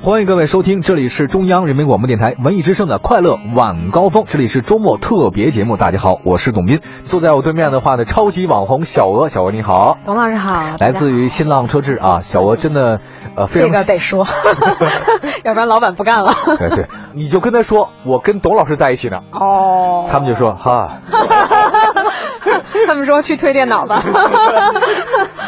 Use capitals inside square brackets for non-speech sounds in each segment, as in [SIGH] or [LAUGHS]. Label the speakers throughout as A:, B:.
A: 欢迎各位收听，这里是中央人民广播电台文艺之声的快乐晚高峰，这里是周末特别节目。大家好，我是董斌，坐在我对面的话呢，超级网红小鹅，小鹅你好，
B: 董老师好，
A: 来自于新浪车志啊，小鹅真的呃非
B: 这
A: 常 [LAUGHS]
B: 个得说，要不然老板不干了。
A: 对对，你就跟他说我跟董老师在一起呢，
B: 哦
A: 他们就说哈
B: [LAUGHS] 他们说去推电脑
A: [LAUGHS]
B: 吧。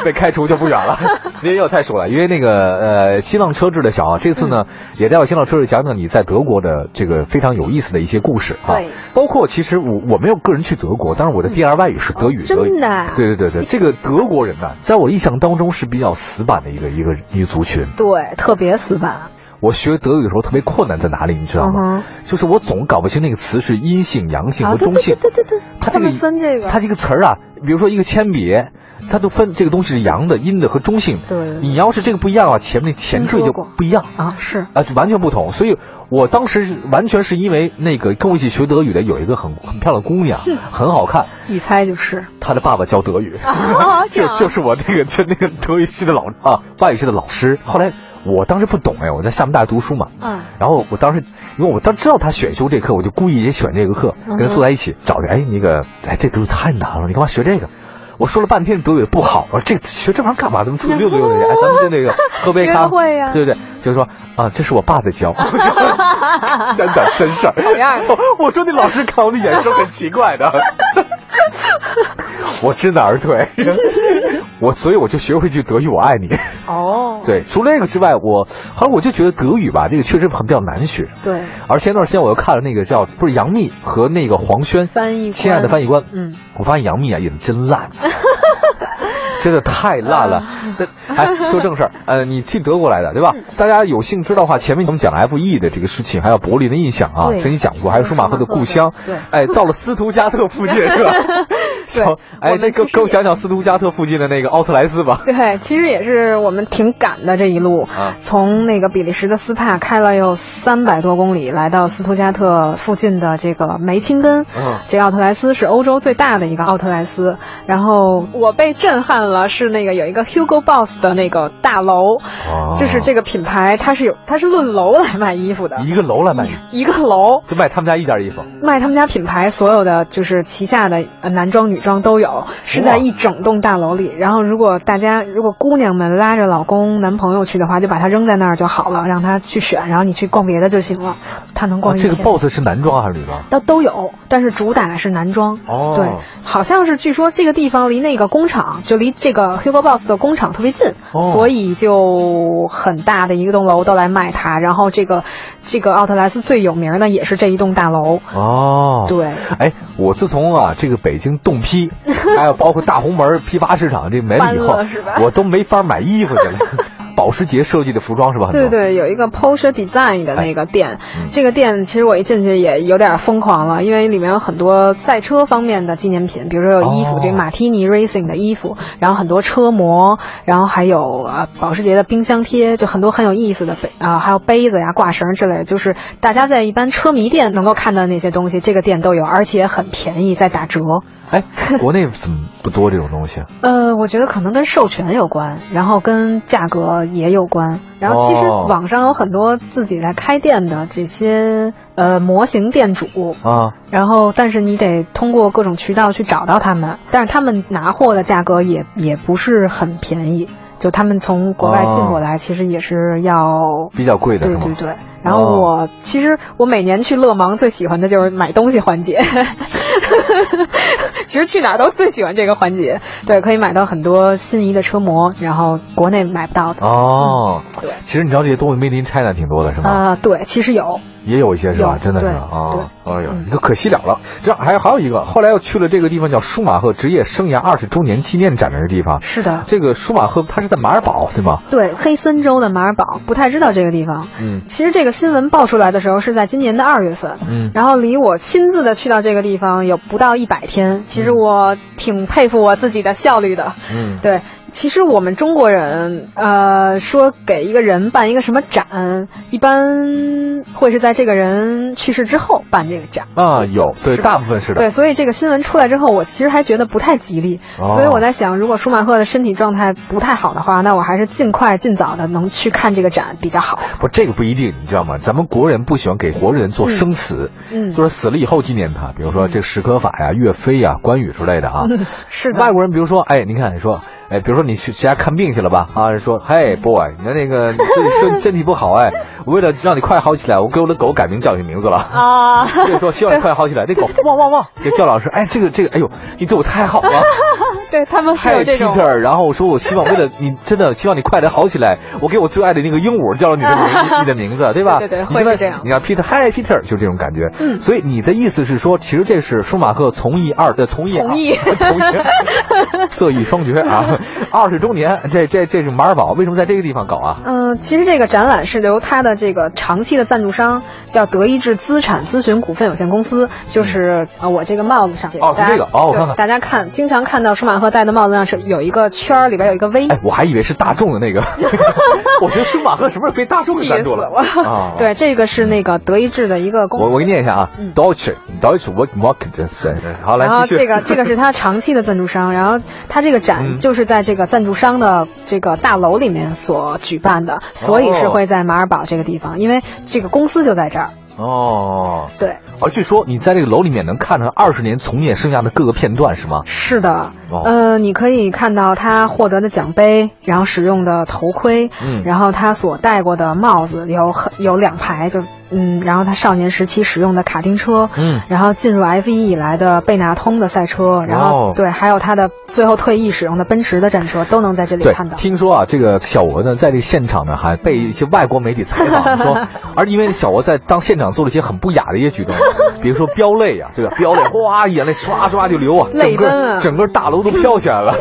A: 被开除就不远
B: [LAUGHS]
A: 了。因为要太熟了，因为那个呃新浪车志的小啊，这次呢、
B: 嗯
A: 也带我新浪车志讲讲你在德国的这个非常有意思的一些故事啊
B: 对，
A: 包括其实我我没有个人去德国，但是我的第二外语是德语，
B: 哦
A: 德语
B: 真的啊
A: 对对对对，这个德国人呢、在我印象当中是比较死板的一个一个一个族群。
B: 对，特别死板。
A: 我学德语的时候特别困难在哪里，你知道吗？
B: 嗯哼啊
A: 就是我总搞不清那个词是阴性、阳性和中性。
B: 对对对对对，
A: 它这个
B: 们分这个，
A: 它这个词儿啊，比如说一个铅笔，它都分这个东西是阳的、阴的和中性的。
B: 对
A: 你要是这个不一样啊，前面那前缀
B: 听
A: 就
B: 说过
A: 不一样
B: 啊是
A: 啊，就完全不同。所以我当时是完全是因为那个跟我一起学德语的有一个很很漂亮的姑娘，很好看，
B: 一猜就是。
A: 她的爸爸教德语，
B: 啊这
A: [LAUGHS] 就
B: 样
A: 就是我那个就那个德语系的老啊外语系的老师。后来我当时不懂哎，我在厦门大学读书嘛，
B: 嗯，
A: 然后我当时，因为我当知道他选修这课，我就故意也选这个课，
B: 嗯哼
A: 跟他坐在一起，找着哎那个哎这德语太难了，你干嘛学这个？我说了半天德语不好，我说这学这玩意儿干嘛？咱们出去溜达溜达去，哎，咱们就
B: [LAUGHS]
A: 那个喝杯咖
B: 约会呀
A: 对对对，就是说啊，这是我爸在
B: [LAUGHS]
A: 教， [LAUGHS] 真的真事儿。
B: 好样儿
A: [LAUGHS] 我我说那老师看我的眼神很奇怪的， [LAUGHS] 我知难而退， [LAUGHS] 我所以我就学会句德语，我爱你。
B: 哦，
A: 对，除了这个之外，我后来我就觉得德语吧，这个确实很比较难学。
B: 对，
A: 而前段时间我又看了那个叫不是杨幂和那个黄轩
B: 翻译官
A: 亲爱的翻译官，
B: 嗯，
A: 我发现杨幂啊演的真
B: [LAUGHS]
A: 烂，真的太烂了。
B: 嗯
A: 那哎，说正事儿，呃，你去德国来的对吧？大家有幸知道的话，前面我们讲了 F.E 的这个事情，还有柏林的印象啊，
B: 对
A: 曾经讲过，还有舒马赫的故乡
B: 对。
A: 哎，到了斯图加特附近是吧？小哎
B: 我，们
A: 那个
B: 其实
A: 给我
B: 也
A: 讲讲斯图加特附近的那个奥特莱斯吧。
B: 对，其实也是我们挺赶的这一路，
A: 啊
B: 从那个比利时的斯帕开了有三百多公里，来到斯图加特附近的这个梅钦根。
A: 嗯
B: 这奥特莱斯是欧洲最大的一个奥特莱斯。然后我被震撼了，是那个有一个 Hugo Boss 的那个大楼，
A: 哦
B: 就是这个品牌，它是有它是论楼来卖衣服的，
A: 一个楼来卖，
B: 一个楼。
A: 就卖他们家一件衣服。
B: 卖他们家品牌所有的就是旗下的呃男装、女装都有，是
A: 哇
B: 在一整栋大楼里。然后如果大家如果姑娘们拉着老公、男朋友去的话，就把它扔在那儿就好了，让他去选，然后你去逛别的就行了。他能
A: 啊
B: 逛一
A: 这
B: 天。
A: 个 boss 是男装还是女装？
B: 它都有，但是主打是男装。
A: 哦
B: 对，好像是据说这个地方离那个工厂，就离这个 Hugo Boss 的工厂特别近，
A: 哦
B: 所以就很大的一栋楼都来卖它。然后这个这个奥特莱斯最有名的也是这一栋大楼。
A: 哦，。
B: 嗯对，
A: 哎，我自从啊这个北京冻
B: [LAUGHS]
A: 批，还有包括大红门批发市场这没了以后
B: 搬了是吧，
A: 我都没法买衣服去了。 [LAUGHS] 保时捷设计的服装是吧？
B: 对
A: 很多。
B: 对，有一个 Porsche Design 的那个店，
A: 嗯
B: 这个店其实我一进去也有点疯狂了，因为里面有很多赛车方面的纪念品，比如说有衣服，
A: 哦
B: 这个马提尼 Racing 的衣服，然后很多车模，然后还有呃保时捷的冰箱贴，就很多很有意思的杯啊、还有杯子呀、挂绳之类，就是大家在一般车迷店能够看到那些东西，这个店都有，而且很便宜，在打折。
A: 哎，国内怎么不多这种东西？啊
B: 呃，我觉得可能跟授权有关，然后跟价格也有关。然后其实
A: 哦
B: 网上有很多自己来开店的这些呃模型店主，
A: 啊，
B: 然后但是你得通过各种渠道去找到他们，但是他们拿货的价格也也不是很便宜，就他们从国外进过来，其实也是要。
A: 比较贵的是
B: 对
A: 吗？哦
B: 对对，然后我、其实我每年去乐芒最喜欢的就是买东西环
A: [LAUGHS]
B: 节，其实去哪儿都最喜欢这个环节。对，可以买到很多心仪的车模，然后国内买不到的。
A: 哦，
B: 嗯对
A: 其实你知道这些东西 Made in China 挺多的是吗？
B: 啊、对，其实有，
A: 也有一些是吧？
B: 有
A: 真的是
B: 对
A: 啊，哎呦，
B: 嗯
A: 你可可惜了了。这还有还有一个，后来又去了这个地方叫舒马赫职业生涯二十周年纪念展的一个地方，
B: 是的，
A: 这个舒马赫他是在马尔堡对吗？
B: 对，黑森州的马尔堡，不太知道这个地方。
A: 嗯
B: 其实这个新闻爆出来的时候是在今年的二月份，
A: 嗯，
B: 然后离我亲自的去到这个地方有不到一百天，其实我挺佩服我自己的效率的。
A: 嗯
B: 对，其实我们中国人，呃，说给一个人办一个什么展，一般会是在这个人去世之后办这个展。
A: 啊，有对，
B: 是吧
A: 大部分是的。
B: 对，所以这个新闻出来之后，我其实还觉得不太吉利，
A: 哦
B: 所以我在想，如果舒马赫的身体状态不太好的话，那我还是尽快尽早的能去看这个展比较好。
A: 不，这个不一定，你知道吗？咱们国人不喜欢给活人做生词，
B: 嗯，
A: 就是死了以后纪念他，比如说这史可法呀、岳飞呀、关羽之类的啊。
B: 嗯是
A: 外
B: 的，
A: 国人，比如说，哎，你看，你说，哎，比如说你去谁家看病去了吧？啊，说，嘿，boy，你的
B: 嗯
A: 那个你自己
B: [LAUGHS]
A: 身身体不好，哎，我为了让你快好起来，我给我的狗改名叫你名字
B: [LAUGHS]
A: 了。
B: 啊，
A: 所以说，希望你快好起来。这狗汪汪汪，这叫老师，哎，这个这个，哎呦，你对我太好了，
B: 对他们是
A: 嗨
B: 有这种。
A: ，Peter。然后我说，我希望为了你，真的希望你快点好起来。我给我最爱的那个鹦鹉叫了你的
B: [LAUGHS]
A: 名，你的名字，对吧？
B: 对对对
A: 你现
B: 会
A: 在
B: 是这样
A: 你看 Peter，嗨，Peter，就这种感觉。
B: 嗯
A: 所以你的意思是说，其实这是舒马赫从艺二的呃从艺
B: 从艺
A: 从
B: [LAUGHS]
A: 艺色艺双绝啊，二十周年，这这这是马尔堡，为什么在这个地方搞啊？
B: 嗯，其实这个展览是由他的这个长期的赞助商叫德意志资产咨询股份有限公司，就是呃我这个帽子上
A: 哦是这个哦我看看
B: 大家大家看，经常看到舒马赫戴的帽子上是有一个圈儿，里边有一个 V。
A: 哎，我还以为是大众的那
B: [LAUGHS]
A: 个，我觉得舒马赫什么时候被大众给赞助了？啊，
B: [LAUGHS] 对，这个是那个德意志的一个公
A: 我
B: 司。
A: 我给你念一下啊
B: 嗯
A: ，Deutsche Deutsche w o r k m a r k e t 好，来
B: 然后
A: 继续。[LAUGHS]
B: 这个这个是他长期的赞助商，然后他这个
A: 嗯
B: 展就是在这个赞助商的这个大楼里面所举办的，所以是会在马尔堡这个地方，因为这个公司就在这儿。
A: 哦，
B: 对，
A: 而据说你在这个楼里面能看到二十年从业生涯的各个片段，是吗？
B: 是的，
A: 哦
B: 呃，你可以看到他获得的奖杯，然后使用的头盔，
A: 嗯
B: 然后他所戴过的帽子有很有两排，就嗯，然后他少年时期使用的卡丁车，
A: 嗯，
B: 然后进入 F 1以来的贝纳通的赛车，然后、
A: 哦
B: 对，还有他的最后退役使用的奔驰的战车，都能在这里
A: 对
B: 看，到。
A: 听说啊，这个小娥呢，在这个现场呢，还被一些外国媒体采
B: [LAUGHS]
A: 访说，而因为小娥在当现场做了一些很不雅的一些举动，比如说飙泪啊，对吧？飙泪，哗，眼泪唰唰就流啊，整
B: 泪奔
A: 个
B: 啊
A: 整个大楼都飘起
B: [LAUGHS]
A: 来了。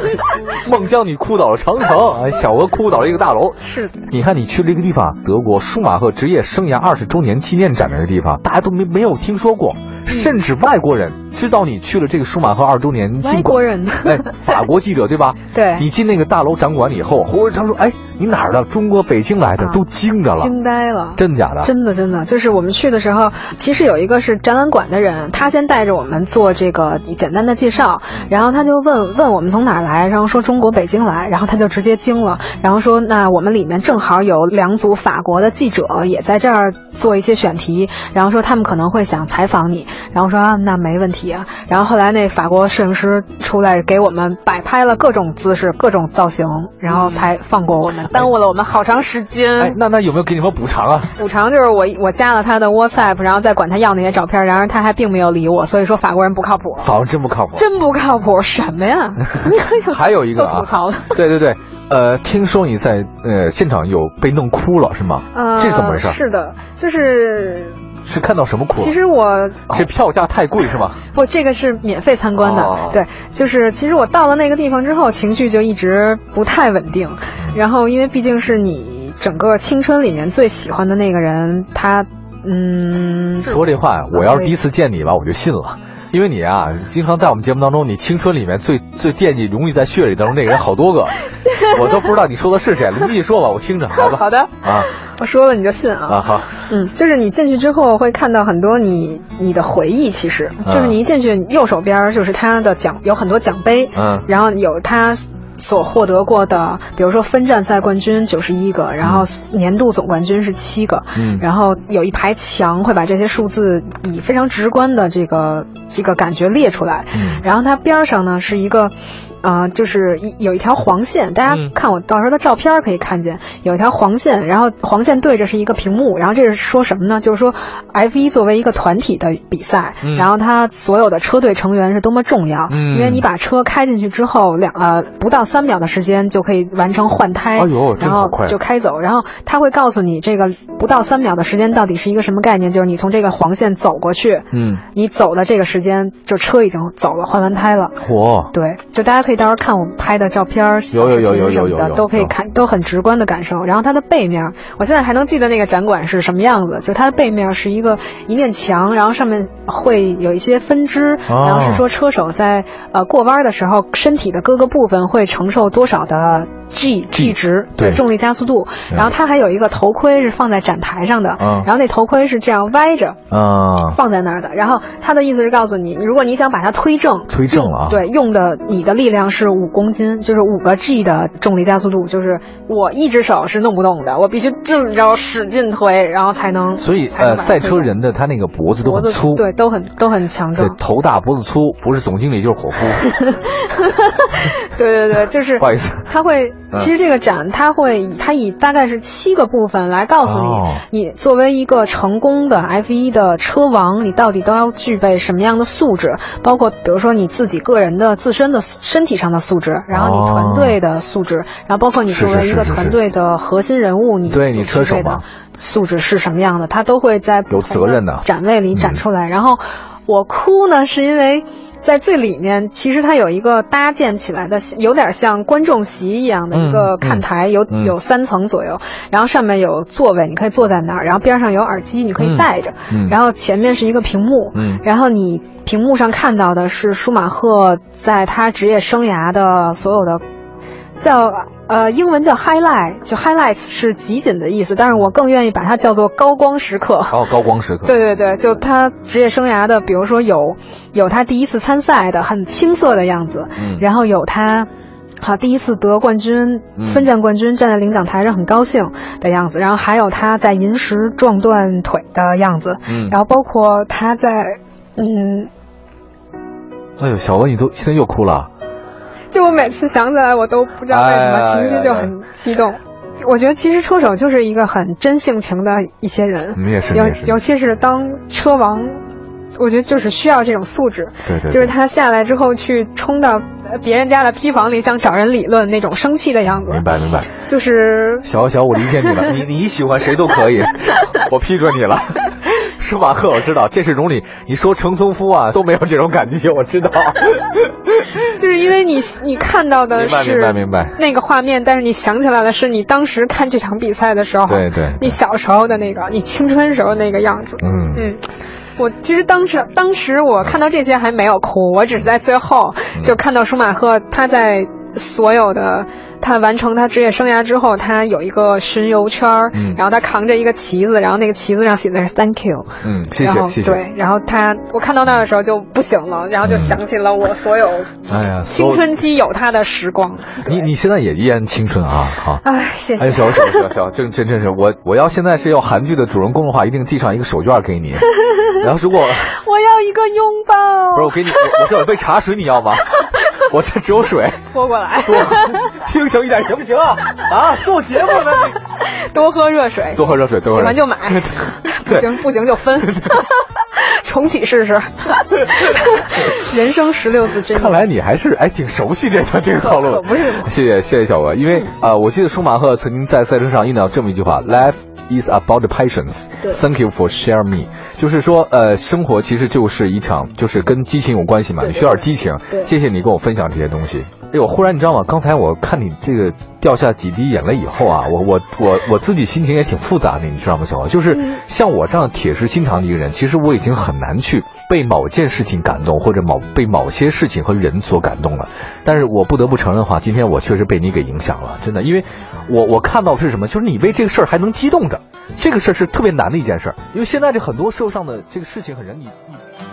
A: 孟姜女哭倒了长城，哎小娥哭倒了一个大楼。
B: 是的，
A: 你看，你去了一个地方，德国舒马赫职业生涯二十周年纪念展那个地方，大家都没没有听说过，
B: 嗯
A: 甚至外国人知道你去了这个舒马赫二周年纪
B: 外
A: 念，
B: 国人
A: 哎，法国记者对
B: [LAUGHS]
A: 吧？
B: 对
A: 你进那个大楼展馆以后，或者他说，哎，你哪儿的？中国北京来的，
B: 啊
A: 都惊着了，
B: 惊呆了。
A: 真假的？
B: 真的，真的，就是我们去的时候，其实有一个是展览馆的人，他先带着我们做这个简单的介绍，然后他就问问我们从哪儿来，然后说中国北京来，然后他就直接惊了，然后说那我们里面正好有两组法国的记者也在这儿做一些选题，然后说他们可能会想采访你，然后说啊那没问题啊，然后后来那法国摄影师出来给我们摆拍了各种姿势、各种造型，然后才放过我们，嗯耽误了我们好长时间。
A: 哎，那那有没有给你们补偿啊？
B: 补偿就是我我加了他的 WhatsApp，然后再管他要那些照片，然而他还并没有理我，所以说法国人不靠谱，
A: 法国真不靠谱。
B: 真不靠谱，什么 [LAUGHS] 呀？
A: 还有一个啊
B: 又吐槽了，
A: 对对对，呃，听说你在呃现场有被弄哭了是吗？
B: 呃，
A: 这是怎么回事？
B: 是的，就是
A: 是看到什么哭了？
B: 其实我
A: 这票价太贵是吧？
B: 不，这个是免费参观的。
A: 哦
B: 对，就是其实我到了那个地方之后，情绪就一直不太稳定。然后，因为毕竟是你整个青春里面最喜欢的那个人，他嗯，
A: 说这话，我要是第一次见你吧，我就信了。因为你啊，经常在我们节目当中，你青春里面最最惦记、容易在血液里当中那个人好多
B: [LAUGHS]
A: 个，我都不知道你说的是谁。你继续说吧，我听着，好吧？好的。啊
B: 我说了你就信
A: 啊好，
B: 嗯，就是你进去之后会看到很多你你的回忆，其实
A: 嗯
B: 就是你一进去，右手边儿就是他的奖，有很多奖杯，
A: 嗯
B: 然后有他。所获得过的，比如说分站赛冠军九十一个，然后年度总冠军是七个，
A: 嗯
B: 然后有一排墙会把这些数字以非常直观的这个这个感觉列出来，
A: 嗯
B: 然后它边儿上呢是一个，呃，就是一有一条黄线，大家
A: 嗯
B: 看我到时候的照片儿可以看见有一条黄线，然后黄线对着是一个屏幕，然后这是说什么呢？就是说 F 1作为一个团体的比赛，
A: 嗯
B: 然后它所有的车队成员是多么重要，
A: 嗯
B: 因为你把车开进去之后，两呃不到三秒的时间就可以完成换胎，
A: 哎呦真
B: 然
A: 好
B: 后
A: 快
B: 就开走，然后它会告诉你这个不到三秒的时间到底是一个什么概念，就是你从这个黄线走过去，
A: 嗯，
B: 你走的这个时间，就车已经走了，换完胎了。
A: 嚯，
B: 对，就大家可以到时候看我们拍的照片儿、
A: 有有有有有有有
B: 视频什么的
A: 有
B: 都可以看，都很直观的感受。然后它的背面，我现在还能记得那个展馆是什么样子，就它的背面是一个一面墙，然后上面会有一些分支，
A: 哦
B: 然后是说车手在呃过弯的时候，身体的各个部分会承受多少的
A: G，
B: g g 值，
A: 对
B: 重力加速度。然后它还有一个头盔是放在展台上的，
A: 嗯
B: 然后那头盔是这样歪着
A: 啊，
B: 放在那儿的。然后他的意思是告诉你，如果你想把它推正，
A: 推正了啊，
B: 对，用的你的力量是五公斤，就是五个 G 的重力加速度，就是我一只手是弄不动的，我必须这么着使劲推，然后才能。
A: 所以
B: 才能
A: 呃，
B: 把它
A: 赛
B: 推
A: 车
B: 动
A: 人的他那个脖子都
B: 脖
A: 很
B: 子
A: 粗，
B: 对，都很都很强
A: 对
B: 壮，。
A: 头大脖子粗，不是总经理就是伙
B: [LAUGHS]
A: 夫，
B: 对对对，就是
A: 不好意思，
B: 它会，
A: 嗯
B: 其实这个展它会以它以大概是七个部分来告诉你，
A: 哦
B: 你作为一个成功的 F 1的车王，你到底都要具备什么样的素质？包括比如说你自己个人的自身的素身体上的素质，然后你团队的素质，然后包括你
A: 哦是
B: 作
A: 是
B: 为一个
A: 是是
B: 团队的核心人物，你
A: 对
B: 所
A: 你车手
B: 具备的
A: 嘛
B: 素质是什么样的，它都会在不
A: 有
B: 同
A: 责任的
B: 展位里
A: 嗯
B: 展出来。然后我哭呢，是因为在最里面，其实它有一个搭建起来的，有点像观众席一样的一
A: 嗯
B: 个看台，有
A: 嗯
B: 有三层左右，然后上面有座位，你可以坐在那儿，然后边上有耳机，你可以戴着，
A: 嗯
B: 然后前面是一个屏幕，
A: 嗯
B: 然后你屏幕上看到的是舒马赫在他职业生涯的所有的叫呃英文叫 highlight，就 highlights 是集锦的意思，但是我更愿意把它叫做高光时刻。
A: 还有高光时刻，
B: 对对对，就他职业生涯的，比如说有有他第一次参赛的很青涩的样子，
A: 嗯，
B: 然后有他。好，第一次得冠军
A: 嗯，
B: 分站冠军，站在领奖台上很高兴的样子，然后还有他在银石撞断腿的样子，
A: 嗯，
B: 然后包括他在，嗯，
A: 哎呦，小文你都现在又哭了，啊
B: 就我每次想起来，我都不知道为什么情绪就很激动。我觉得其实车手就是一个很真性情的一些人，
A: 你们嗯也是，你
B: 尤
A: 也是，
B: 尤其是当车王，我觉得就是需要这种素质。
A: 对对，
B: 就
A: 对
B: 是他下来之后去冲到呃别人家的坯房里，想找人理论那种生气的样
A: 明
B: 子，
A: 白明白，
B: 就是
A: 小小，我理解你了，你你喜欢谁都可
B: [LAUGHS]
A: 以，我批准你了。舒马赫，我知道，这是容里，你说程松夫啊都没有这种感觉，我知道。
B: 就是因为你你看到的
A: 明白明白
B: 呃是
A: 明白，
B: 那个画面，但是你想起来的是你当时看这场比赛的时候，
A: 对对，
B: 哦你小时候的那个，你青春时候那个样子。
A: 嗯，
B: 嗯，我其实当时当时我看到这些还没有哭，我只是在最后
A: 嗯
B: 就看到舒马赫他在所有的。他完成他职业生涯之后，他有一个巡游圈儿，
A: 嗯
B: 然后他扛着一个旗子，然后那个旗子上写的是 “Thank you”，
A: 嗯，谢
B: 然后
A: 谢谢谢。
B: 对，然后他我看到那儿的时候就不行了，然后就
A: 嗯
B: 想起了我所有
A: 哎呀，所
B: 青
A: 有
B: 春期有他的时光。
A: 你你现在也依然青春啊，好。
B: 哎，谢
A: 哎，
B: 谢。
A: 小小
B: [LAUGHS]
A: 小小，真真真是我我要现在是要韩剧的主人公的话，一定寄上一个手绢
B: [LAUGHS]
A: 给你。然后如果
B: 我要一个拥抱。
A: 不是我给你，我我这有一杯茶水，你要
B: [LAUGHS]
A: 吗？我这只有水，
B: 拖过来，
A: 多清醒一点行不行啊？啊，做节目呢你。
B: 多喝热水，
A: 多喝热水，多喝
B: 喜
A: 热
B: 欢
A: 水
B: 就。
A: [LAUGHS]
B: 买， [LAUGHS] 不行不行就分，重启
A: [LAUGHS]
B: 试试。人生十六字真
A: 看
B: 言，
A: 来你还是哎挺熟悉这个这个套路，
B: 可不是嗯嘛
A: 谢谢谢谢小文，因为啊、呃我记得舒马赫曾经在赛车上遇到这么一句话：“Life is about patience.
B: 对
A: Thank you for sharing me。”就是说，呃，生活其实就是一场，就是跟激情有关系嘛，
B: 对
A: 你需要激情。
B: 对
A: 谢谢你跟我分享这些东西。哎，我忽然你知道吗？刚才我看你这个掉下几滴眼泪以后啊，我我我我自己心情也挺复杂的，你知道吗，小王？就是像我这样铁石心肠的一个人，其实我已经很难去被某件事情感动，或者某被某些事情和人所感动了。但是我不得不承认的话，今天我确实被你给影响了，真的，因为我我看到的是什么？就是你为这个事儿还能激动着，这个事儿是特别难的一件事儿，因为现在这很多社会上的这个事情和人，你你。